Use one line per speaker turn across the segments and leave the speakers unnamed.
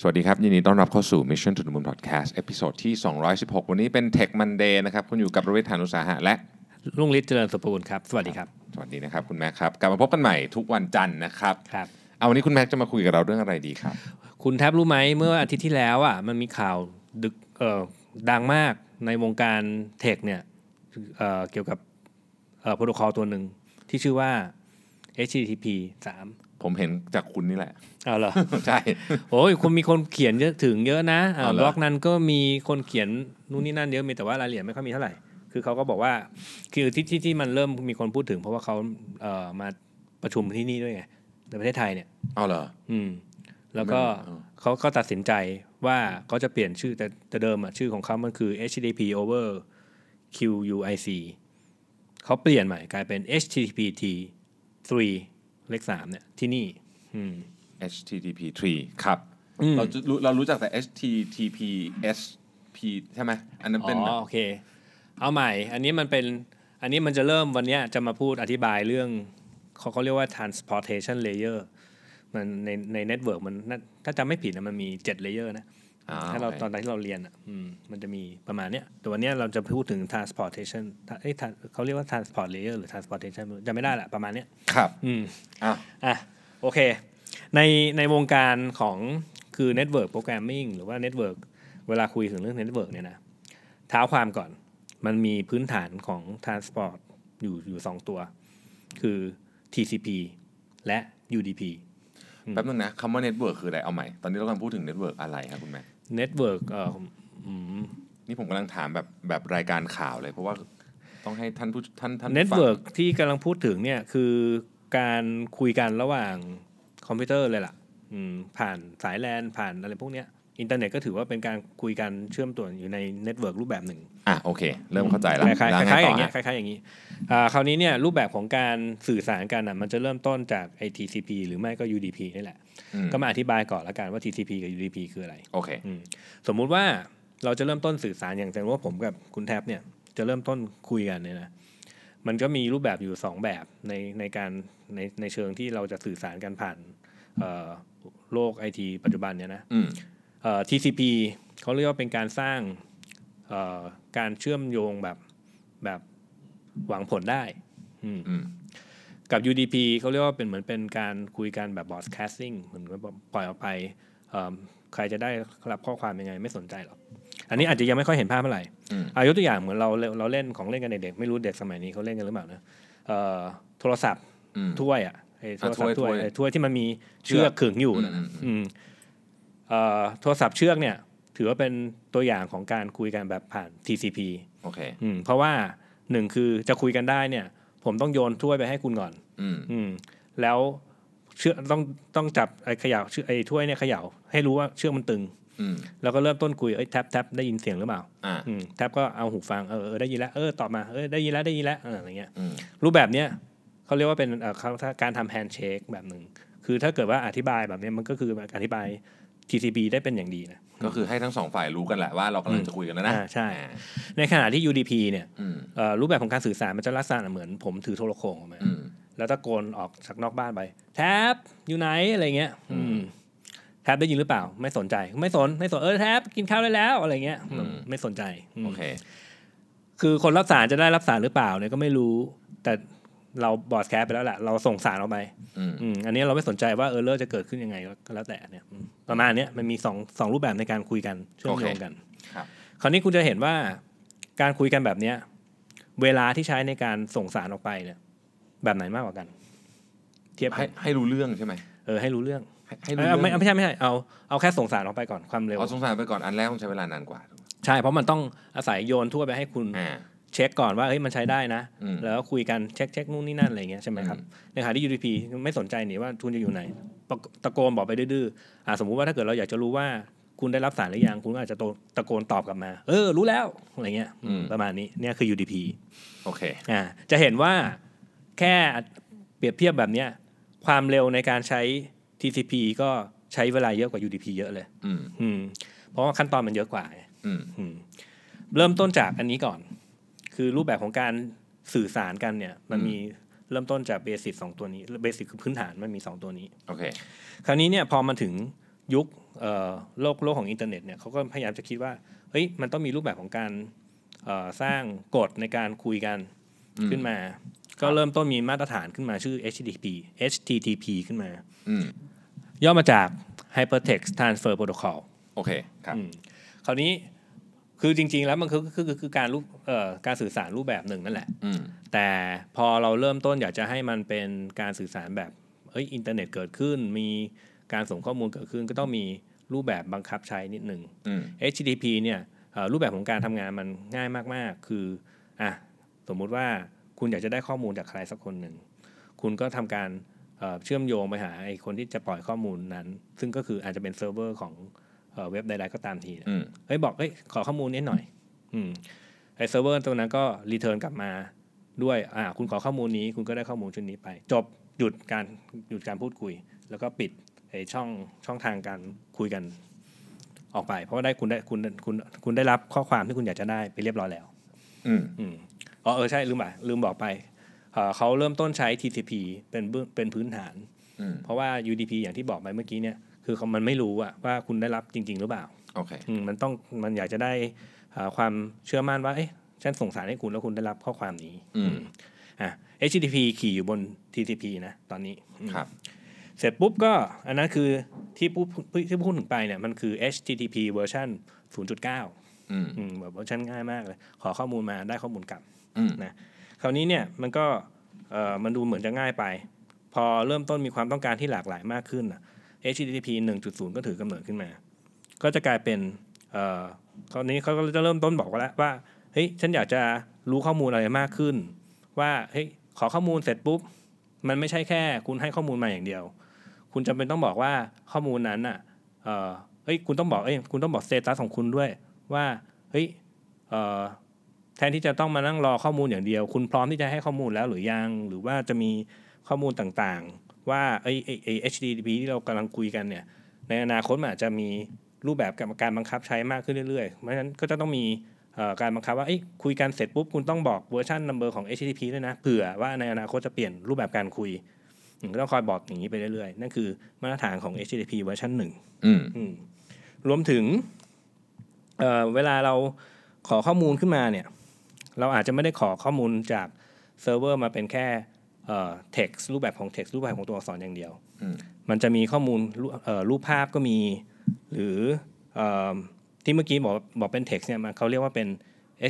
สวัสดีครับ ยินดีต้อนรับเข้าสู่ Mission to the Moon Podcast เอพิโซดที่ 216 วันนี้เป็น Tech Monday นะครับ คุณอยู่กับประเวทธานุสาหะและ
ลุงฤทธิ์เจริญสมบูรณ์ครับ สวัสดีครับ
สวัสดีนะครับ คุณแม็กครับ กลับมาพบกันใหม่ทุกวันจันทร์นะครับ
ครับ
เอาวันนี้คุณแม็กจะมาคุยกับเราเรื่องอะไรดีครับ
คุณแทบรู้ไหมเมื่ออาทิตย์ที่แล้วอ่ะมันมีข่าวดึกเอ่อดังมากในวงการเทคเนี่ยเอ่อเกี่ยวกับเอ่อโปรโตคอลตัวหนึ่งที่ชื่อว่า HTTP 3
ผมเห็นจากคุณนี่แหละ
เอาเหรอ
ใช่
โอ้ยคนมีคนเขียนเยอะถึงเยอะนะอ่า
เอาเหรอ
บล็อกนั้นก็มีคนเขียนนู่นนี่นั่นเยอะมีแต่ว่ารายละเอียดไม่ค่อยมีเท่าไหร่ คือเขาก็บอกว่าคือที่ที่ที่มันเริ่มมีคนพูดถึง เพราะว่าเขาเอ่อมาประชุมที่นี่ด้วยไงในประเทศไทยเนี่ย
เอาเหรอ
อืมแล้วก็
เออ
เขาก็ตัดสินใจว่าเขาจะเปลี่ยนชื่อแต่แต่เดิมอะชื่อของเขามันคือ HTTP over QUIC เขาเปลี่ยนใหม่กลายเป็น HTTPT 3เลขสามเนี่ยที่นี่ อืม
HTTP 3ครับ
อืม
เราจะรู้เรารู้จักแต่ HTTPS P ใช่ไหมอันนั้นเป็น
อ๋อโอเค เอาใหม่ อันนี้มันเป็นอันนี้มันจะเริ่มวันเนี้ยจะมาพูดอธิบายเรื่องเขาเขาเรียกว่า transportation layer มันในในเน็ตเวิร์กมันน่าถ้าจำไม่ผิดนะมันมีเจ็ดเลเยอร์นะ
อ่า
ถ้าเรา
โอเค
ตอนที่เราเรียนอ่ะอืมมันจะมีประมาณเนี้ยแต่วันเนี้ยเราจะพูดถึง transportation ถ้าเอ้ย trans- เขาเรียกว่า transport layer หรือ transportation จะไม่ได้ละประมาณเนี้ย
ครับ
อืม
อ่ะ
อ่ะโอเคในในวงการของคือ Network Programming หรือว่า Network เวลาคุยถึงเรื่อง Network เนี่ยนะเท้าความก่อนมันมีพื้นฐานของ Transport อยู่อยู่สองตัว คือ TCP และ UDP
แป๊บนึงนะคำว่า network คืออะไรเอาใหม่ ตอนนี้เรากำลังพูดถึง network อะไรครับคุณแม็ก
Network เอ่ออืม
นี่ผมกำลังถามแบบแบบรายการข่าวเลยเพราะว่าต้องให้ท่านผู้ท่านท่านผู้ฟัง
Network ที่กำลังพูดถึงเนี่ยคือการคุยกันระหว่างคอมพิวเตอร์เลยล่ะอืมผ่านสายแลนผ่านอะไรพวกเนี้ยอินเทอร์เน็ตก็ถือว่าเป็นการคุยกันเชื่อมต่ออยู่ในเน็ตเวิร์กรูปแบบหนึ่ง
อ่ะโอเค เริ่มเข้าใจแล้ว
คล้ายๆค
แล้ว
ล้ายๆอ
ไต่
ย่างเงี้ย
ฮะ
คล้ายๆอย่างนี้อ่าคราวนี้เนี่ยรูปแบบของการสื่อสารกันอ่ะมันจะเริ่มต้นจาก ITCP หรือไม่ก็ UDP นี่แหละ
อืม
ก็มาอธิบายก่อนละกันว่า TCP กับ UDP คืออะไร
โอเค
สมมุติว่าเราจะเริ่มต้นสื่อสารอย่างเช่นว่าผมกับคุณแท็บเนี่ยจะเริ่มต้นคุยกันเนี่ยนะมันก็มีรูปแบบอยู่สองแบบในในการในในเชิงที่เราจะสื่อสารกันผ่านเอ่อโลกไอทีปัจจุบันเนี่ยนะ
อืม
เอ่อ TCP เขาเรียกว่าเป็นการสร้างเอ่อการเชื่อมโยงแบบแบบหวังผลได้อืม
อืม
กับ UDP เขาเรียกว่าเป็นเหมือนเป็นการคุยกันแบบ broadcasting เหมือนว่าปล่อยออกไปเอิ่มใครจะได้รับข้อความยังไงไม่สนใจหรอก อันนี้อาจจะยังไม่ค่อยเห็นภาพเท่าไหร่
อืม
เอายกตัวอย่างเหมือนเราเราเราเล่นของเล่นกันเด็กๆไม่รู้เด็กสมัยนี้เขาเล่นกันหรือเปล่านะเอ่อโทรศัพท์
อืม
ถ้วยอ่ะไอ้โทรศัพท์
ถ้
ถ้
ว
ว
ถ้ว
ย ย
ย
ไอ้ถ้วยที่มันมีเชือกขึงอยู่นะ
อืม
อืมเอ่อโทรศัพท์เชือกเนี่ย ถือว่าเป็นตัวอย่างของการคุยกันแบบผ่าน TCP
โอเค
อืมเพราะว่าหนึ่งคือจะคุยกันได้เนี่ย ผมต้องโยนถ้วยไปให้คุณก่อน
อืม
อืมแล้วเชือกต้องต้องจับไอ้เขย่าเชือกไอ้ถ้วยเนี่ยเขย่าให้รู้ว่าเชือกมันตึง
อืม
แล้วก็เริ่มต้นคุยเอ้ยแท็บแท็บได้ยินเสียงหรือเปล่า
อ่ะ
อืมแท็บก็เอาหูฟังเออเออได้ยินแล้วเออตอบมาเออได้ยินแล้วได้ยินแล้วเอออะไรเงี้ย
อืม
รูปแบบเนี้ยเขาเรียกว่าเป็นเอ่อเขาถ้าการทำแฮนด์เชคแบบหนึ่ง คือถ้าเกิดว่าอธิบายแบบเนี้ยมันก็คืออธิบาย TCP ได้เป็นอย่างดีนะ
ก็คือให้ทั้งสองฝ่ายรู้กันแหละว่าเรากำลังจะคุยกันแล้วนะ
อ่าใช่
อ่า
ในขณะที่ UDP เนี่ย
อืม
เอ่อรูปแบบของการสื่อสารมันจะลักษณะเหมือนผมถือโทรโขงออกมา
อืม
แล้วตะโกนออกจากนอกบ้านไป แท็บอยู่ไหนอะไรเงี้ยอืมแท็บได้ยินหรือเปล่า ไม่สนใจไม่สนไม่สนเออแท็บกินข้าวได้แล้วอะไรเงี้ยอืม
อืม
ไม่สนใจอืม
โอเค
คือคนรับสารจะได้รับสารหรือเปล่าเนี่ยก็ไม่รู้ แต่เราบอดแคสไปแล้วแหละเราส่งสารออกไป
อืม
อืมอันนี้เราไม่สนใจว่าเออร์เลอร์จะเกิดขึ้นยังไงก็แล้วแต่เนี่ยอืมประมาณเนี้ยมันมีสองสองรูปแบบในการคุยกันเชื่อมโยงกัน
ครับ
คราวนี้คุณจะเห็นว่าการคุยกันแบบเนี้ยเวลาที่ใช้ในการส่งสารออกไปเนี่ย แบบไหนมากกว่ากัน เทียบ
ให้
ให้
ให้รู้เรื่องใช่ไหม
เออให้รู้เรื่อง
ให้ให้รู้เรื่อ
เอา
ง
ไม่ไม่ใช่ไม่ใช่เอาเอาแค่ส่งสารออกไปก่อนความเร็ว
เอาสงสารไปก่อนอันแรกต้องใช้เวลานานกว่า
ใช่เพราะมันต้องอาศัยโยนทั่วไปให้คุณ
อ่า
เช็คก่อนว่าเฮ้ยมันใช้ได้นะ
อืม
แล้วก็คุยกันเช็คเช็คนู่นนี่นั่นอะไรเงี้ยใช่ไหมครับ
อืม
ในขณะที่ UDP ไม่สนใจนี่ว่าคุณจะอยู่ไหนปะตะโกนบอกไปดื้อๆอ่าสมมุติว่าถ้าเกิดเราอยากจะรู้ว่าคุณได้รับสารหรือยังคุณก็อาจจะโตตะโกนตอบกลับมา เออ รู้แล้วอะไรเงี้ยอืมประมาณนี้เนี่ยคือ UDP
โอเค
อ่าจะเห็นว่าแค่เปรียบเทียบแบบเนี้ยความเร็วในการใช้ TCP ก็ใช้เวลาเยอะกว่า UDP เยอะเลย
อืม
อืมเพราะว่าขั้นตอนมันเยอะกว่าไง
อืม
อืมเริ่มต้นจากอันนี้ก่อน คือรูปแบบของการสื่อสารกันเนี่ย มันมีเริ่มต้นจากเบสิ c สองตัวนี้เบสิ c คือพื้นฐานมันมีสองตัวนี้
โอเค
คราวนี้เนี่ยพอมาถึง ยุคเอ่อโลกโลกของอินเทอร์เน็ตเนี่ยเขาก็พยายามจะคิดว่าเฮ้ยมันต้องมีรูปแบบของการเอ่อสร้างกฎในการคุยกันขึ้นมา ก็เริ่มต้นมีมาตรฐานขึ้นมาชื่อ HTTP HTTP ขึ้นมา
อืม
ย่อมาจาก Hypertext Transfer Protocol
โอเคครับ
อืมคราวนี้คือจริง ๆ แล้วมันคือคือคือคือการรูปเอ่อการสื่อสารรูปแบบหนึ่งนั่นแหละ
อืม
แต่พอเราเริ่มต้นอยากจะให้มันเป็นการสื่อสารแบบเอ้ยอินเทอร์เน็ตเกิดขึ้น มีการส่งข้อมูลเกิดขึ้น ก็ต้องมีรูปแบบบังคับใช้นิดหนึ่ง
อืม
HTTP เนี่ยเอ่อรูปแบบของการทำงานมันง่ายมาก ๆ คืออ่ะสมมุติว่าคุณอยากจะได้ข้อมูลจากใครสักคนหนึ่ง คุณก็ทำการเอ่อเชื่อมโยงไปหาไอ้คนที่จะปล่อยข้อมูลนั้น ซึ่งก็คืออาจจะเป็นเซิร์ฟเวอร์ของเอ่อเว็บใด ๆ ก็ตามทีเนี่ย
อืม
เฮ้ยบอกเฮ้ยขอข้อมูลนี้หน่อยอืมไอ้เซิร์ฟเวอร์ตัวนั้นก็รีเทิร์นกลับมาด้วยอ่าคุณขอข้อมูลนี้คุณก็ได้ข้อมูลชุดนี้ไป จบหยุดการหยุดการพูดคุย แล้วก็ปิดไอ้ช่องช่องทางการคุยกัน ออกไปเพราะว่าได้คุณได้คุณคุณคุณได้รับข้อความที่คุณอยากจะได้ไปเรียบร้อยแล้ว
อืม
อืมอ๋อเออใช่ลืมไปลืมบอกไปเอ่อเขาเริ่มต้นใช้ TCP เป็นเบื้องเป็นพื้นฐาน
อืม
เพราะว่า UDP อย่างที่บอกไปเมื่อกี้เนี่ยคือเขามันไม่รู้อะว่าคุณได้รับจริง ๆ หรือเปล่า
โอเค
อืมมันต้องมันอยากจะได้เอ่อความเชื่อมั่นว่าเอ๊ะฉันส่งสารให้คุณแล้วคุณได้รับข้อความนี้
อืม
อ่ะ HTTP ขี่อยู่บน TCP นะตอนนี้อืม
ครับ
เสร็จปุ๊บก็อันนั้นคือที่พูดที่พูดถึงไปเนี่ยมันคือ HTTP เวอร์ชัน0.9
อืม
อืมแบบเวอร์ชันง่ายมากเลย ขอข้อมูลมาได้ข้อมูลกลับ
อืม
คราวนี้เนี่ยมันก็เอ่อมันดูเหมือนจะง่ายไป พอเริ่มต้นมีความต้องการที่หลากหลายมากขึ้นน่ะ HTTP 1.0 ก็ถือกำเนิดขึ้นมา ก็จะกลายเป็นเอ่อคราวนี้เขาก็จะเริ่มต้นบอกว่าแล้วว่าเฮ้ยฉันอยากจะรู้ข้อมูลอะไรมากขึ้น ว่าเฮ้ยขอข้อมูลเสร็จปุ๊บ มันไม่ใช่แค่คุณให้ข้อมูลมาอย่างเดียว คุณจำเป็นต้องบอกว่าข้อมูลนั้นน่ะเอ่อเฮ้ยคุณต้องบอกเอ้ยคุณต้องบอกสเตตัสของคุณด้วยว่าเฮ้ยเอ่อ แทนที่จะต้องมานั่งรอข้อมูลอย่างเดียว คุณพร้อมที่จะให้ข้อมูลแล้วหรือยัง หรือว่าจะมีข้อมูลต่างๆ ว่าไอ้ไอ้ไอ้ HTTP ที่เรากำลังคุยกันเนี่ย ในอนาคตมันอาจจะมีรูปแบบกับการบังคับใช้มากขึ้นเรื่อยๆ เพราะฉะนั้นก็จะต้องมีเอ่อการบังคับว่าเอ้ยคุยกันเสร็จปุ๊บ คุณต้องบอกเวอร์ชันนัมเบอร์ของ HTTP ด้วยนะเผื่อว่าในอนาคตจะเปลี่ยนรูปแบบการคุยอืมก็ต้องคอยบอกอย่างนี้ไปเรื่อยๆ นั่นคือมาตรฐานของ HTTP เวอร์ชันหนึ่ง
อืม
อืมรวมถึงเอ่อเวลาเราขอข้อมูลขึ้นมาเนี่ย เราอาจจะไม่ได้ขอข้อมูลจากเซิร์ฟเวอร์มาเป็นแค่เอ่อ text รูปแบบของ text รูปแบบของตัวอักษรอย่างเดียว
อืม
มันจะมีข้อมูลรูเอ่อรูปภาพก็มี หรือเออที่เมื่อกี้บอกบอกเป็น text เนี่ยมันเขาเรียกว่าเป็น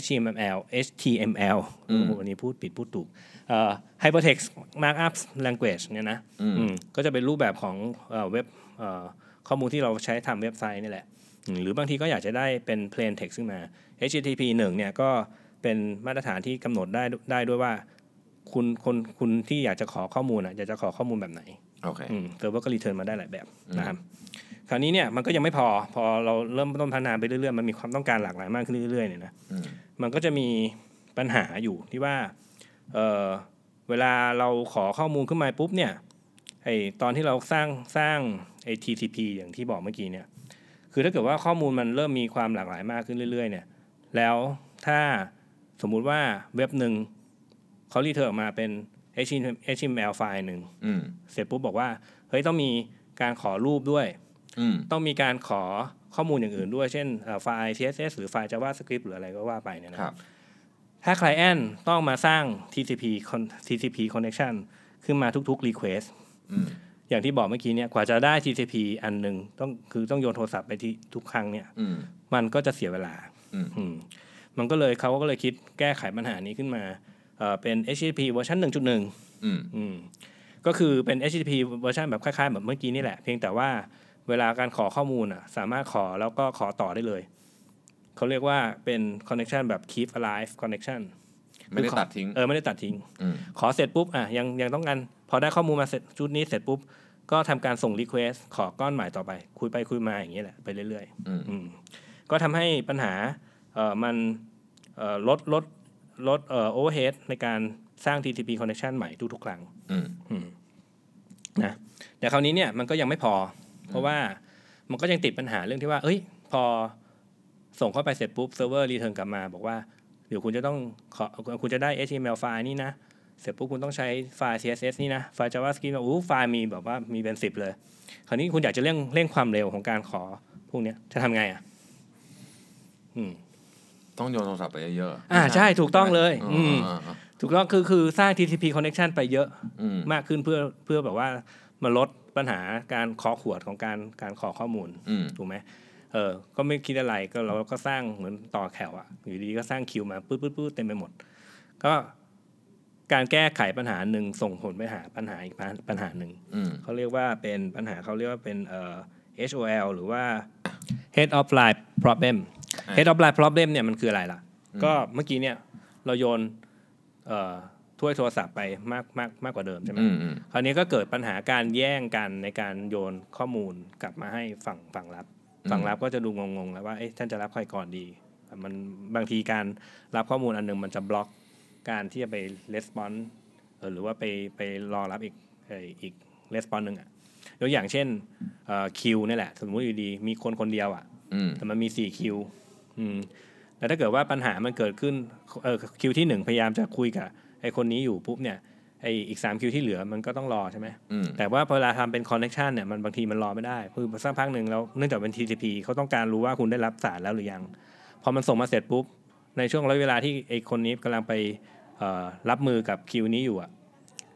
HTML HTML โอ้โหวันนี้พูดผิดพูดถูกเอ่อ Hypertext Markup Language เนี่ยนะ
อืม
อืมก็จะเป็นรูปแบบของเอ่อเว็บเอ่อข้อมูลที่เราใช้ทำเว็บไซต์นี่แหละอืมหรือบางทีก็อยากจะได้เป็น plain text ขึ้นมา HTTP 1เนี่ยก็เป็นมาตรฐานที่กำหนดได้ได้ด้วยว่า คุณคนคุณที่อยากจะขอข้อมูลอ่ะอยากจะขอข้อมูลแบบไหน
โอเค
อืมเซิร์ฟเวอร์ก็รีเทิร์นมาได้หลายแบบนะครับคราวนี้เนี่ยมันก็ยังไม่พอพอเราเริ่มต้นพัฒนาไปเรื่อยๆมันมีความต้องการหลากหลายมากขึ้นเรื่อยๆเนี่ยนะ
อืม
มันก็จะมีปัญหาอยู่ที่ว่าเอ่อเวลาเราขอข้อมูลขึ้นมาปุ๊บเนี่ยไอตอนที่เราสร้างสร้างไอ TCP อย่างที่บอกเมื่อกี้เนี่ยคือถ้าเกิดว่าข้อมูลมันเริ่มมีความหลากหลายมากขึ้นเรื่อยๆเนี่ยแล้วถ้าสมมุติว่าเว็บหนึ่งเขารีเทิร์นออกมาเป็น HTML ไฟล์หนึ่ง
อืม
เสร็จปุ๊บบอกว่าเฮ้ยต้องมีการขอรูปด้วย
อืม
ต้องมีการขอข้อมูลอย่างอื่นด้วยเช่นเอ่อไฟล์ CSS หรือไฟล์ JavaScript หรืออะไรก็ว่าไปเนี่ยนะ
ครับ
ถ้า Client ต้องมาสร้าง TCP con- TCP connection ขึ้นมาทุกๆ request
อืม
อย่างที่บอกเมื่อกี้เนี่ยกว่าจะได้ TCP อันหนึ่งต้องคือต้องโยนโทรศัพท์ไปที่ทุกครั้งเนี่ย
อืม
มันก็จะเสียเวลา
อืม
อืมมันก็เลยเขาก็เลยคิดแก้ไขปัญหานี้ขึ้นมาเอ่อเป็น HTTP เวอร์ชัน1.1
อืม
อืมก็คือเป็น HTTP เวอร์ชันแบบคล้ายๆ แบบเมื่อกี้นี่แหละ เพียงแต่ว่าเวลาการขอข้อมูลอ่ะสามารถขอแล้วก็ขอต่อได้เลย เขาเรียกว่าเป็น connection แบบ keep alive connection
ไม่ได้ตัดทิ้ง
เออไม่ได้ตัดทิ้ง
อืม
ขอเสร็จปุ๊บอ่ะยังยังต้องการพอได้ข้อมูลมาเสร็จชุดนี้เสร็จปุ๊บ ก็ทำการส่ง request ขอก้อนใหม่ต่อไป คุยไปคุยมาอย่างนี้ยแหละ ไปเรื่อย
อืม
ๆอืมก็ทำให้ปัญหาเอ่อมันเอ่อลดลดลดเอ่อ overhead ในการสร้าง TCP connection ใหม่ทุกๆครั้ง
อืม
นะแต่คราวนี้เนี่ยมันก็ยังไม่พอ เพราะว่ามันก็ยังติดปัญหาเรื่องที่ว่า เอ้ย พอส่งเข้าไปเสร็จปุ๊บเซิร์ฟเวอร์รีเทิร์นกลับมา บอกว่าเดี๋ยวคุณจะต้องขอคุณจะได้ HTML ไฟล์นี่นะ เสร็จปุ๊บคุณต้องใช้ไฟล์ CSS นี่นะไฟล์ JavaScript นะอู้ไฟล์มีแบบว่ามีเป็นสิบเลย คราวนี้คุณอยากจะเร่งเร่งความเร็วของการขอพวกเนี้ยจะทำไงอ่ะ อืม
ต้องโยนโทรศัพท์ไปเยอะๆ
อ่าใช่ถูกต้องเลย
อ่า
อืม
อ่าอ่า
ถูกต้องคือคือสร้าง TCP connection ไปเยอะ
อืม
มากขึ้นเพื่อเพื่อแบบว่ามาลดปัญหาการขอขวดของการการขอข้อมูล
อืม
ถูกไหมเออ ก็ไม่คิดอะไรก็เราก็สร้างเหมือนต่อแถวอะอยู่ดีๆก็สร้างคิวมาปื๊ดปื๊ดปื๊ดเต็มไปหมด ก็การแก้ไขปัญหาหนึ่งส่งผลไปหาปัญหาอีกปัญหาปัญหาหนึ่ง
อืม
เขาเรียกว่าเป็นปัญหาเขาเรียกว่าเป็นเอ่อ HOL หรือว่า Head of Line Problem Head of Line Problem เนี่ยมันคืออะไรล่ะ ก็เมื่อกี้เนี่ยเราโยนเอ่อถ้วยโทรศัพท์ไปมากมากมากกว่าเดิมใช่ไหม
อืมอืม
คราวนี้ก็เกิดปัญหาการแย่งกันในการโยนข้อมูลกลับมาให้ฝั่งฝั่งรับ ฝั่งรับก็จะดูงงๆแล้วว่าเอ๊ะท่านจะรับใครก่อนดีมันบางทีการรับข้อมูลอันหนึงมันจะบล็อกการที่จะไปレスปอนหรือว่าไปไปรอรับอีกเอ่ออีกレスปอนหนึ่งอ่ะยกอย่างเช่นคิวนี่ยแหละ สมมติอยู่ดีมีคนคนเดียวอ่ะ
อืม
แต่มันมีสี่คิวอืมแล้วถ้าเกิดว่าปัญหามันเกิดขึ้น เออคิวที่หนึ่งพยายามจะคุยกับไอคนนี้อยู่ปุ๊บเนี่ย ไออีกสามคิวที่เหลือมันก็ต้องรอใช่ไหม
อืม
แต่ว่าพอเวลาทำเป็นคอนเน t ชันเนี่ยมันบางทีมันรอไม่ได้ คือสักพักหนึ่งแล้วเนื่องจากเป็น TCP เขาต้องการรู้ว่าคุณได้รับสารแล้วหรือยัง พอมันส่งมาเสร็จปุ๊บ ในช่วงระยะเวลาที่ไอคนนี้กำลังไปเอ่อรับมือกับคิวนี้อยู่อะ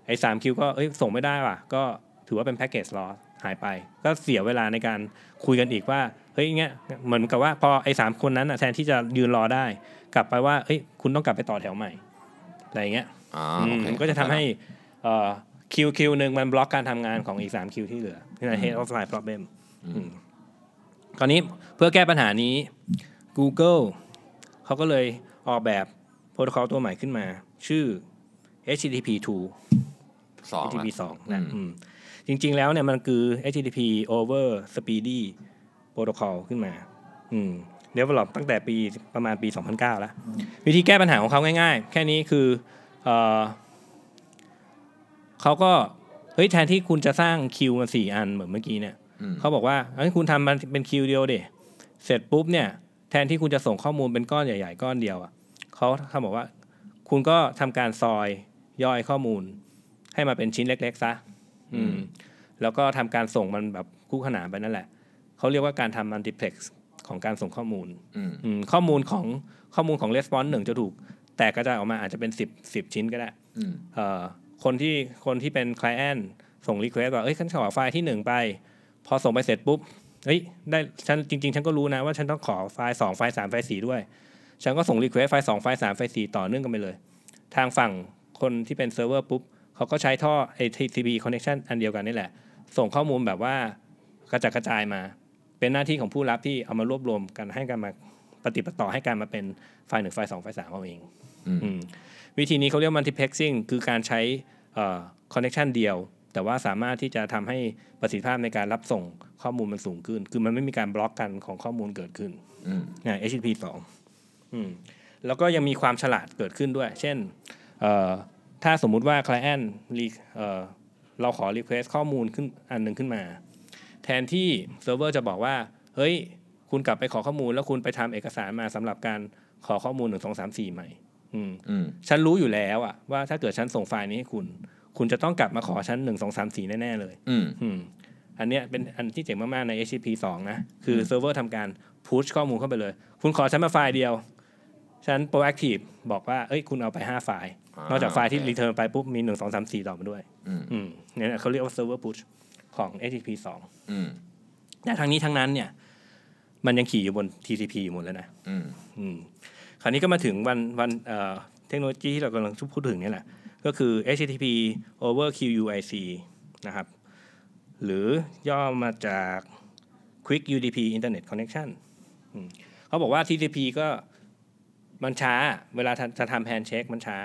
ไอสามคิวก็เอ้ยส่งไม่ได้ว่ะ ก็ถือว่าเป็นแพ็กเกจลอสหายไป ก็เสียเวลาในการคุยกันอีกว่า เฮ้ยเงี้ยเหมือนกับว่าพอไอสามคนนั้นอะแทนที่จะยืนรอได้ กลับไปว่าเอ้ยคุณต้องกลับไปต่อแถวใหม่อะไรอย่างเงี้ย
อ่า
อืม
โอเค
มันก็จะทำให้เอ่อคิวคิวหนึ่งมันบล็อกการทำงานของอีกสามคิวที่เหลือนี่นะ head of line problem อืมคราวนี้เพื่อแก้ปัญหานี้ Google เขาก็เลยออกแบบโปรโตคอลตัวใหม่ขึ้นมา ชื่อ HTTP 2
สองอะ
HTTP 2
อื
นะ
ม
อืมจริงๆแล้วเนี่ยมันคือ HTTP over speedy protocol ขึ้นมา อืม develop ตั้งแต่ปีประมาณปี 2009 แล้ว วิธีแก้ปัญหาของเขาง่ายๆ แค่นี้คือเออเขาก็ เฮ้ย แทนที่คุณจะสร้างคิวมาสี่อันเหมือนเมื่อกี้เนี่ย
อืม
เขาบอกว่าเอ้ยคุณทำมันเป็นคิวเดียวเดเสร็จปุ๊บเนี่ย แทนที่คุณจะส่งข้อมูลเป็นก้อนใหญ่ ๆ ก้อนเดียวอ่ะเขาเขาบอกว่า คุณก็ทำการซอยย่อยข้อมูล ให้มาเป็นชิ้นเล็ก ๆซะ อื
อื
ม
ม
แล้วก็ทำการส่งมันแบบคู่ขนานไปนั่นแหละ เขาเรียกว่าการทำมัลติเพล็กซ์ของการส่งข้อมูล
อืม
อืมข้อมูลของข้อมูลของレスปอนหนึ่งจะถูก แตกกระจายออกมาอาจจะเป็น 10 10 ชิ้นก็ได้
อืม
เอ่อคนที่คนที่เป็นคลเอนส่งรีเควสว่าเอ้ยฉันขอไฟล์ที่ 1 ไป พอส่งไปเสร็จปุ๊บเอ้ยได้ฉันจริง ๆ ฉันก็รู้นะว่าฉันต้องขอไฟล์ 2 ไฟล์ 3 ไฟล์ 4 ด้วย ฉันก็ส่งรีเควสไฟล์ 2 ไฟล์ 3 ไฟล์ 4 ต่อเนื่องกันไปเลย ทางฝั่งคนที่เป็นเซิร์ฟเวอร์ปุ๊บเขาก็ใช้ท่อ HTTP connection อันเดียวกันนี่แหละ ส่งข้อมูลแบบว่ากระจัดกระจายมา เป็นหน้าที่ของผู้รับที่เอามารวบรวมกันให้กันมา ปฏิปต่อให้การมาเป็นไฟล์หนึ่งไฟล์สองไฟล์สามเอาเองอืมวิธีนี้เขาเรียกมัน t ิเพ e กซิ่งคือการใช้คอนเน t ชันเดียว แต่ว่าสามารถที่จะทำให้ประสิทธิภาพในการรับส่งข้อมูลมันสูงขึ้น คือมันไม่มีการบล็อกกันของข้อมูลเกิดขึ้น
อืม
นะ HTTP สองอืมแล้วก็ยังมีความฉลาดเกิดขึ้นด้วย เช่นเอ่อถ้าสมมุติว่า client รีเอ่อเราขอ request ข้อมูลขึ้นอันหนึ่งขึ้นมา แทนที่เซิร์ฟเวอร์จะบอกว่า เฮ้ย คุณกลับไปขอข้อมูล แล้วคุณไปทำเอกสารมาสำหรับการขอข้อมูล 1 2 3 4 ใหม่ อืม
อืม
ฉันรู้อยู่แล้วอะว่าถ้าเกิดฉันส่งไฟล์นี้ให้คุณ คุณจะต้องกลับมาขอฉัน 1 2 3 4 แน่ ๆ เลย
อืม
อืมอันเนี้ยเป็นอันที่เจ๋งมาก ๆ ใน HTTP 2 นะ คือเซิร์ฟเวอร์ทำการพุชข้อมูลเข้าไปเลย คุณขอฉันมาไฟล์เดียว ฉัน proactive บอกว่า เอ้ย คุณเอาไป 5 ไฟล์ นอกจากไฟล์ที่ return ไปปุ๊บ มี 1 2 3 4 ต่อมาด้วย อืมเนี่ยเขาเรียกว่าเซิร์ฟเวอร์พุชของ HTTP 2
อืม
แต่ทั้งนี้ทั้งนั้นเนี่ย มันยังขี่อยู่บน TCP อยู่หมดแล้วนะ
อืม
อืมคราวนี้ก็มาถึงวันวันเอ่อเทคโนโลยีที่เรากำลังพูดถึงเนี่ยแหละ ก็คือ HTTP over QUIC นะครับ หรือย่อมาจาก Quick UDP Internet Connection อืมเขาบอกว่า TCP ก็มันช้า เวลาจะจะทำแฮนด์เช็คมันช้า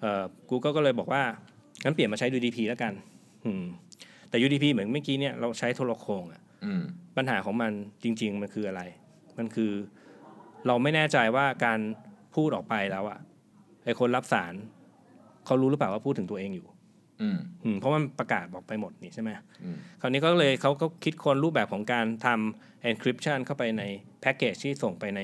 เอ่อ Google ก็เลยบอกว่า งั้นเปลี่ยนมาใช้ UDP แล้วกันอืมแต่ UDP เหมือนเมื่อกี้เนี่ยเราใช้โทรโคงอะ
อืม
ปัญหาของมันจริง ๆ มันคืออะไร มันคือเราไม่แน่ใจว่าการพูดออกไปแล้วอะไอคนรับสารเขารู้หรือเปล่าว่าพูดถึงตัวเองอยู่
อืม
อืมเพราะมันประกาศบอกไปหมดนี่ใช่ไหม
อืม
คราวนี้ก็เลยเขาก็คิดคนรูปแบบของการทำ encryption เข้าไปในแพ็กเกจที่ส่งไปใน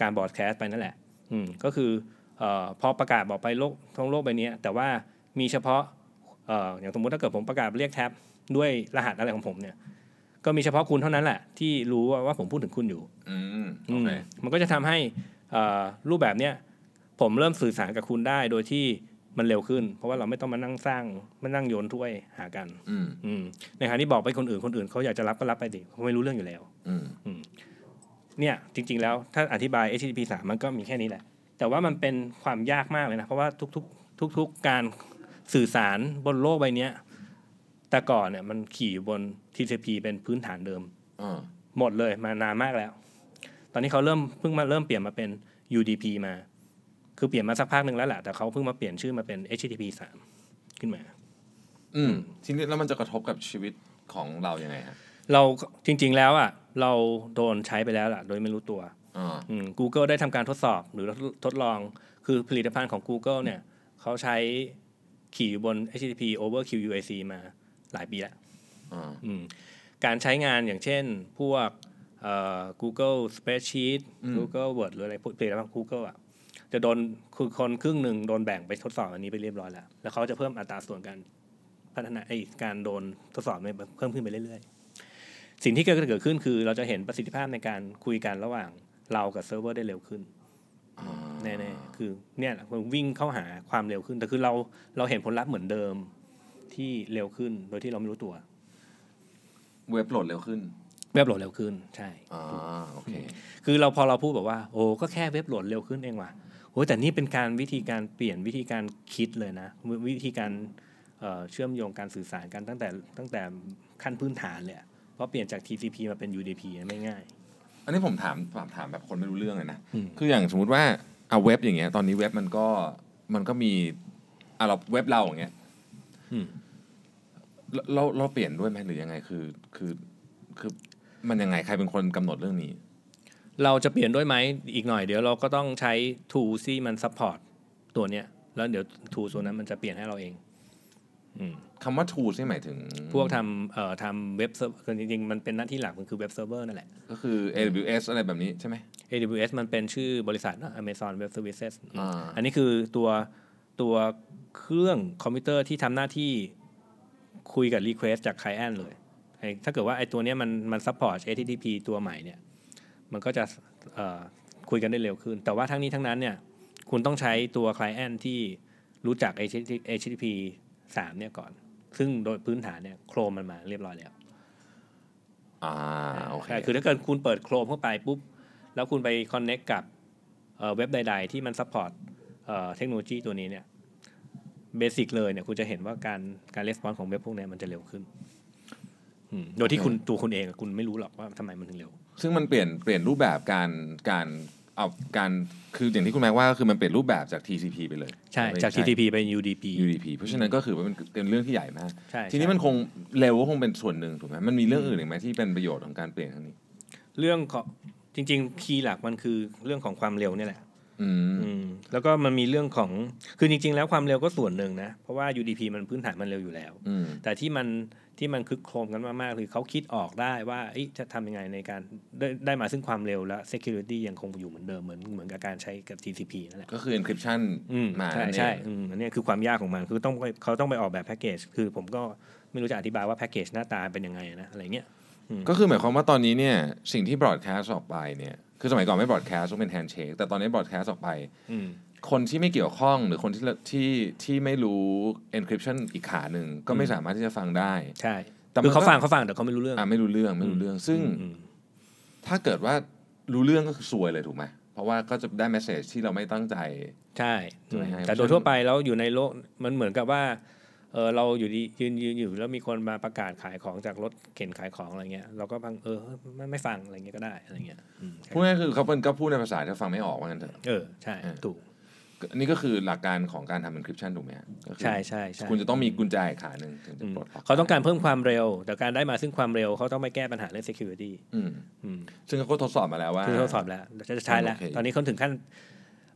การบอร์ดแคสต์ไปนั่นแหละ อืมก็คือเอ่อพอประกาศบอกไปโลกทั้งโลกใบเนี้ยแต่ว่า มีเฉพาะเอ่ออย่างสมมุติถ้าเกิดผมประกาศเรียกแท็บด้วยรหัสอะไรของผมเนี่ย ก็มีเฉพาะคุณเท่านั้นแหละที่รู้ว่าว่าผมพูดถึงคุณอยู่
อืมโอ
อืม
เค
มันก็จะทำให้เอ่อรูปแบบเนี้ยผมเริ่มสื่อสารกับคุณได้โดยที่มันเร็วขึ้น เพราะว่าเราไม่ต้องมานั่งสร้างมานั่งโยนถ้วยหากัน
อืม
อืมในขณะที่บอกไปคนอื่นคนอื่นเขาอยากจะรับก็รับไปดิเขาไม่รู้เรื่องอยู่แล้ว
อืม
เนี่ยจริง ๆ แล้วถ้าอธิบาย HTTP 3 มันก็มีแค่นี้แหละ แต่ว่ามันเป็นความยากมากเลยนะ เพราะว่าทุกๆทุกๆการสื่อสารบนโลกใบเนี้ยแต่ก่อนเนี่ยมันขี่อยู่บน TCP เป็นพื้นฐานเดิม
อ่า
หมดเลยมานานมากแล้ว ตอนนี้เขาเริ่มเพิ่งมาเริ่มเปลี่ยนมาเป็น UDP มา คือเปลี่ยนมาสักพักหนึ่งแล้วแหละแต่เขาเพิ่งมาเปลี่ยนชื่อมาเป็น HTTP 3 ขึ้นมา
อืมทีนี้แล้วมันจะกระทบกับชีวิตของเรายังไงฮะ
เราก็จริง ๆ แล้วอ่ะเราโดนใช้ไปแล้วล่ะ โดยไม่รู้ตัว
อ่า
อืม Google ได้ทำการทดสอบหรือทดลองคือผลิตภัณฑ์ของ Google เนี่ยเขาใช้ขี่อยู่บน HTTP over QUIC มาหลายปีแล้ว
อ่า
อืมการใช้งานอย่างเช่นพวกเอ่อ Google Spreadsheet Google Word หรืออะไรพวกผลิตภัณฑ์ Google อ่ะจะโดนคือคนครึ่งหนึ่งโดนแบ่งไปทดสอบอันนี้ไปเรียบร้อยแล้ว แล้วเขาจะเพิ่มอัตราส่วนการพัฒนาไอการโดนทดสอบเนี่ยเพิ่มขึ้นไปเรื่อยๆ สิ่งที่จะเกิดขึ้นคือเราจะเห็นประสิทธิภาพในการคุยกันระหว่างเรากับเซิร์ฟเวอร์ได้เร็วขึ้น
อ่า
แน่ๆ คือเนี่ยแหละมันวิ่งเข้าหาความเร็วขึ้น แต่คือเราเราเห็นผลลัพธ์เหมือนเดิมที่เร็วขึ้นโดยที่เราไม่รู้ตัว
เว็บโหลดเร็วขึ้น
เว็บโหลดเร็วขึ้น ใช่
อ่าโอเค
คือเราพอเราพูดแบบว่า โอ้ก็แค่เว็บโหลดเร็วขึ้นเองว่ะโอ้ยแต่นี่เป็นการวิธีการเปลี่ยนวิธีการคิดเลยนะ วิวิธีการเอ่อเชื่อมโยงการสื่อสารกันตั้งแต่ตั้งแต่ขั้นพื้นฐานเลยอะเพราะเปลี่ยนจาก TCP มาเป็น UDP นะไม่ง่าย
อันนี้ผมถามถามถามแบบคนไม่รู้เรื่องเลยนะ
อืม
คืออย่างสมมติว่าเอาเว็บอย่างเงี้ย ตอนนี้เว็บมันก็มันก็มีอ่ะเราเว็บเราอย่างเงี้ย
อืม
เราเราเราเปลี่ยนด้วยไหมหรือยังไงคือคือคือมันยังไงใครเป็นคนกำหนดเรื่องนี้
เราจะเปลี่ยนด้วยไหมอีกหน่อยเดี๋ยวเราก็ต้องใช้ tool ที่มัน support ตัวเนี้ย แล้วเดี๋ยว tool ตัวนั้นมันจะเปลี่ยนให้เราเองอืม
คำว่า tools นี่หมายถึง
พวกทำเอ่อทำเว็บเซิร์ฟคือจริงๆ มันเป็นหน้าที่หลักมันคือเว็บเซิร์ฟเวอร์นั่นแหละ
ก็คือ AWS อะไรแบบนี้ใช่ไหม
AWS มันเป็นชื่อบริษัทนะ Amazon Web Services อืม
อ่า
อันนี้คือตัวตัวเครื่องคอมพิวเตอร์ที่ทำหน้าที่คุยกับ Request จาก Client เลยไอ้ถ้าเกิดว่าไอ้ตัวเนี้ยมันมัน support HTTP ตัวใหม่เนี่ย มันก็จะเอ่อคุยกันได้เร็วขึ้น แต่ว่าทั้งนี้ทั้งนั้นเนี่ย คุณต้องใช้ตัว Client ที่รู้จัก HTTP 3 เนี่ยก่อน ซึ่งโดยพื้นฐานเนี่ยโครมมันมาเรียบร้อยแล้ว
อ่าโอเค
ใช่คือถ้าเกิดคุณเปิดโครมเข้าไปปุ๊บ แล้วคุณไปคอนเน็กกับเอ่อเว็บใด ๆ ที่มันซัพพอร์ตเอ่อเทคโนโลยีตัวนี้เนี่ยเบสิกเลยเนี่ยคุณจะเห็นว่าการการレスปอนของเว็บพวกเนี้มันจะเร็วขึ้นอืมโดยที่คุณตัวคุณเองอะคุณไม่รู้หรอกว่าทำไมมันถึงเร็ว
ซึ่งมันเปลี่ยนเปลี่ยนรูปแบบการการเอาการคืออย่างที่คุณแม็กว่าก็คือมันเปลี่ยนรูปแบบจาก TCP ไปเลย
ใช่
ไม่
จาก TTP เป็น UDP
UDP เพราะฉะนั้นก็คือว่ามันเป็นเรื่องที่ใหญ่มาก
ใช่
ทีนี้มันคงเร็วก็คงเป็นส่วนหนึ่งถูกไหมมันมีเรื่องอื่นอีกไหมที่เป็นประโยชน์ของการเปลี่ยนครั้งนี้
เรื่องของจริงๆคีย์หลักมันคือเรื่องของความเร็วเนี่ยแหละ
อืม
อืมแล้วก็มันมีเรื่องของคือจริง ๆ แล้วความเร็วก็ส่วนหนึ่งนะเพราะว่า UDP มันพื้นฐานมันเร็วอยู่แล้ว
อืม
แต่ที่มันที่มันคึกโครมกันมากๆ คือเขาคิดออกได้ว่าเอ๊ะจะทำยังไงในการได้ได้มาซึ่งความเร็วและ security ยังคงอยู่เหมือนเดิมเหมือนเหมือนกับการใช้กับ TCP นั่นแหละ
ก็คือ encryption
อืม
มา
ใช่
นั่นเอง
ใช่อืมอันเนี้ยคือความยากของมันคือต้องไปเขาต้องไปออกแบบแพ็กเกจคือผมก็ไม่รู้จะอธิบายว่าแพ็กเกจหน้าตาเป็นยังไงนะอะไรเงี้ย
ก็คือหมายความว่าตอนนี้เนี่ยสิ่งที่ broadcast ออกไปเนี่ยคือสมัยก่อนไม่ broadcast ต้องเป็น handshake แต่ตอนนี้ broadcast ออกไป
อืม
คนที่ไม่เกี่ยวข้องหรือคนที่ละที่ที่ไม่รู้ encryption อีกขาหนึ่งก็ไม่
อืม
สามารถที่จะฟังได้
ใช่
แต่มันก็
คือเขาฟังเขาฟังแต่เขาไม่รู้เรื่อง
อ่ะไม่รู้เรื่องไม่รู้เรื่อง ซึ่ง
อืม
ถ้าเกิดว่ารู้เรื่องก็คือซวยเลยถูกไหมเพราะว่าก็จะได้เมสเซจที่เราไม่ตั้งใจ
ใช่
ถูกไหมฮะ
แต่โดยทั่วไปแล้วอยู่ในโลกมันเหมือนกับว่าเออเราอยู่ดียืนยืนอยู่แล้วมีคนมาประกาศขายของจากรถเข็นขายของอะไรเงี้ยเราก็บังเออไม่ไม่ฟังอะไรเงี้ยก็ได้อะไรเงี้ยอืม
พูดง่ายๆคือเขาเป็นก็พูดในภาษาที่ฟังไม่ออกว่างั้นเถอะ
เออ ใช่ ถูก
อันนี่ก็คือหลักการของการทำ encryption ถูกไหมฮะก็คือ
ใช่ใช่ใช่
คุณจะต้องมีกุญแจอีกขาหนึ่งถึงจะ
อืม
ปลดล็อก
เขาต้องการเพิ่มความเร็ว แต่การได้มาซึ่งความเร็วเขาต้องไปแก้ปัญหาเรื่อง security
อืม
อืม
ซึ่งเขาก็ทดสอบมาแล้วว่า
คือเขาสอบแล้วจะจะใช้แล้ว
โอเค
ตอนนี้เขาถึงขั้น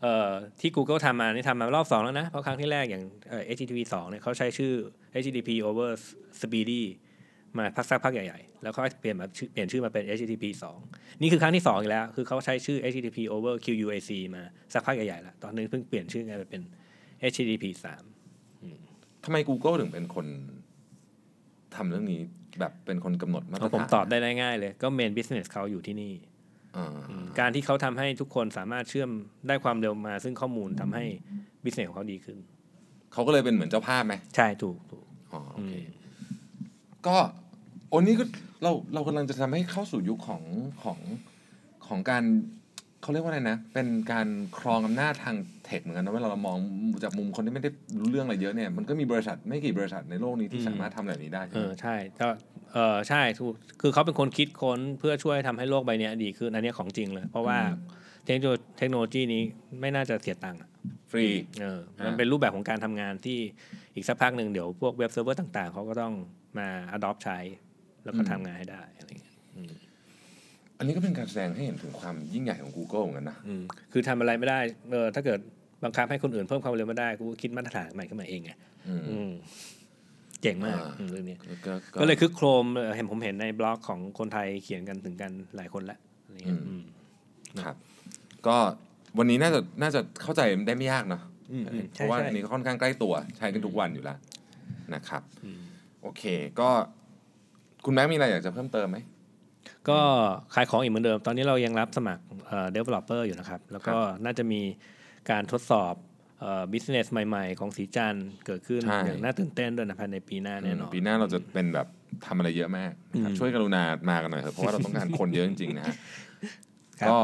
เอ่อที่ Google ทำมานี่ทำมารอบ 2 แล้วนะ เพราะครั้งที่แรกอย่างเอ่อ HTTP 2เนี่ยเขาใช้ชื่อ HTTP over speedy มาพักสักพักใหญ่ๆ แล้วเขาเปลี่ยนมาชื่อเปลี่ยนชื่อมาเป็น HTTP 2 นี่คือครั้งที่ 2 อีกแล้ว คือเขาใช้ชื่อ HTTP over QUIC มาสักพักใหญ่ๆแล้วตอนนี้เพิ่งเปลี่ยนชื่อไงมาเป็น HTTP 3
ทำไม Google ถึงเป็นคนทำเรื่องนี้แบบเป็นคนกำหนดมาตร
เอาผม
ฐาน
ตอบได้ง่ายๆเลย ก็เมนบิสเนสเขาอยู่ที่นี่
อ่า
การที่เขาทำให้ทุกคนสามารถเชื่อมได้ความเร็วมา ซึ่งข้อมูลทำให้บิสเนสของเขาดีขึ้น
เขาก็เลยเป็นเหมือนเจ้าภาพไหม
ใช่ถูกถูก
อ๋อโอเค
อืม
ก็โอ้นี่ก็เราเรากำลังจะทำให้เข้าสู่ยุคของของของการเขาเรียกว่าอะไรนะ เป็นการครองอำนาจทางเทคเหมือนกันนะเวลาเรามองจากมุมคนที่ไม่ได้รู้เรื่องอะไรเยอะเนี่ยมันก็มีบริษัทไม่กี่บริษัทในโลกนี้ที่สามารถทำแบบนี้ได้ใช่
เอ
ไหม
อใช่ก็เออใช่ถูกคือเขาเป็นคนคิดค้นเพื่อช่วยทำให้โลกใบเนี้ยดีขึ้นอันเนี้ยของจริงเลย เพราะว่าเทคโนโลยีเทคโนโลยีนี้ไม่น่าจะเสียตังค์อะ
ฟรี
เออ
อ่ามั
มันเป็นรูปแบบของการทำงานที่อีกสักพักหนึ่งเดี๋ยวพวกเว็บเซิร์ฟเวอร์ต่างๆ เขาก็ต้องมา adopt ใช้ แล้วก็ทำงานให้ได้อะไรเงี้ย
อันนี้ก็เป็นการแสดงให้เห็นถึงความยิ่งใหญ่ของ Google เหมือนกันนะ
อืมคือทำอะไรไม่ได้เออถ้าเกิดบังคับให้คนอื่นเพิ่มความเร็วไม่ได้กูคิดมาตรฐานใหม่ขึ้นมาเองไง
อืม
อืมเจ๋งมาก
อ่า
อืมเรื่องเนี้ย
ก็
ก็เลยคึกโครมเอ่อเห็นผมเห็นในบล็อกของคนไทยเขียนกันถึงกันหลายคนละอะไรเงี้ย
อืม
อืม
ครับก็วันนี้น่าจะน่าจะเข้าใจได้ไม่ยากเนาะ
อืมอืม
เพ
ใช่
ราะว่า
ใช่
อันนี้ก็ค่อนข้างใกล้ตัวใช้กันทุกวันอยู่แล้วนะครับ โอเคก็คุณแม็กซ์มีอะไรอยากจะเพิ่มเติมไหม
ก็ขายของอีกเหมือนเดิม ตอนนี้เรายังรับสมัครเอ่อ developer อยู่นะครับ แล้วก็น่าจะมีการทดสอบเอ่อ business ใหม่ ๆ ของสีจันทร์เกิดขึ้น
ใช่
อย่างน่าตื่นเต้นด้วยนะภายในปีหน้าแน่นอน
ปีหน้าเราจะเป็นแบบทำอะไรเยอะมากนะครับ
อืม
ช่วยกรุณามากันหน่อยเถอะเพราะว่าเราต้องการคนเยอะจริงๆนะฮะ
ครับ
ก็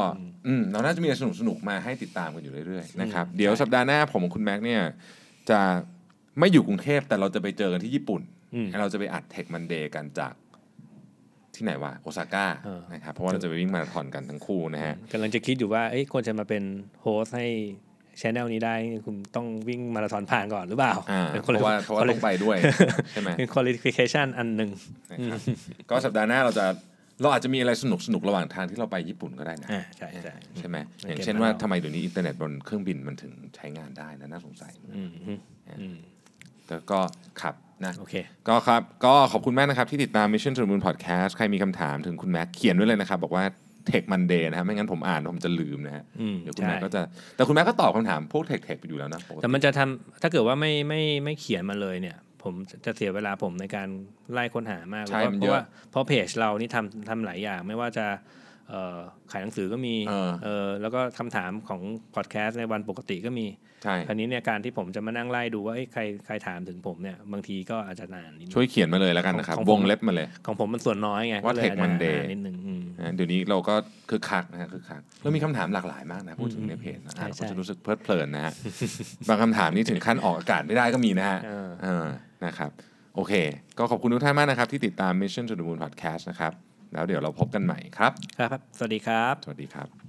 อืมเราน่าจะมีสนุกสนุกๆมาให้ติดตามกันอยู่เรื่อยๆนะครับเดี๋ยวสัปดาห์หน้าผมกับคุณแม็กซ์เนี่ยจะไม่อยู่กรุงเทพแต่เราจะไปเจอกันที่ญี่ปุ่น
อืม
แล้วเราจะไปอัดเทคมันเดย์กันจากที่ไหนวะโอซาก้า
เออ
นะครับเพราะว่าเราจะไปวิ่งมาราธอนกันทั้งคู่นะฮะ
กำลังจะคิดอยู่ว่าเอ้ยควรจะมาเป็นโฮสให้ช n แนลนี้ได้คุณต้องวิ่งมาราธอนผ่านก่อนหรือเปล่า
อ่า
เป็น
เพราะว่าเพราะว่าต้องไป ด้วยใช่ไหม
เป็น qualification อันหนึ่ง
นะครับก็สัปดาห์หน้าเราจะเราอาจจะมีอะไรสนุกสนุกๆระหว่างทางที่เราไปญี่ปุ่นก็ได้นะ
อ่าใช่ใช่
ใช่ไหม
ใน
อย่าง
เกม
เช่นว่า
บ้านเรา
ทำไมเดี๋ยวนี้อินเทอร์เน็ตบนเครื่องบินมันถึงใช้งานได้นะน่าสงสัย
อืมอืมอืม
แต่ก็ครับนะ
โอเค
ก็ครับ ก็ขอบคุณมากนะครับ ที่ติดตาม Mission to the Moon Podcast ใครมีคำถามถึงคุณแม็กเขียนไว้เลยนะครับ บอกว่า Tech Monday นะฮะไม่งั้นผมอ่านแล้วผมจะลืมนะฮะ
อืม
เดี๋ยวคุณ
ใช่
แม็กก็จะแต่คุณแม็กก็ตอบคำถามพวก Tech Tech ไปอยู่แล้วนะปกติ
แต่มันจะทำถ้าเกิดว่าไม่ไม่ไม่เขียนมาเลยเนี่ย ผมจะเสียเวลาผมในการไล่ค้นหามาก
ใช่
เพราะ
มัน
เพ
เยอะ
ราะว่าเพราะเพจเรานี่ทำทำหลายอย่าง ไม่ว่าจะเอ่อขายหนังสือก็มี
เออ
เออแล้วก็คำถามของพอดแคสต์ในวันปกติก็มี
ใช่
คราวนี้เนี่ยการที่ผมจะมานั่งไล่ดูว่าเอ้ยใครใครถามถึงผมเนี่ยบางทีก็อาจจะนานนิดนึ
ช่
ง
วยเขียนมาเลยแล้วกันนะครับ
ของ
ว
ผม
งเล็บมาเลย
ของผมมันส่วนน้อยไง
ว่า
ก็เลยอาจ
Tech
จะ
Monday
นานนิดนึงอืม
นะเดี๋ยวนี้เราก็คือคักนะฮะคือคักแล้วมีคำถามหลากหลายมากนะพูดถึงในเพจนะ
ใช่
อ่านแล้วก็
ใช่
จะรู้สึกเพลิดเพลินนะฮะ บางคำถามนี่ถึงขั้นออกอากาศไม่ได้ก็มีนะ ฮะ
เออ
เออนะครับ โอเค ก็ขอบคุณทุกท่านมากนะครับ ที่ติดตาม Mission to the Moon Podcast นะครับ แล้วเดี๋ยวเราพบกันใหม่ครับ
ครับ สวัสดีครับ
สวัสดีครับ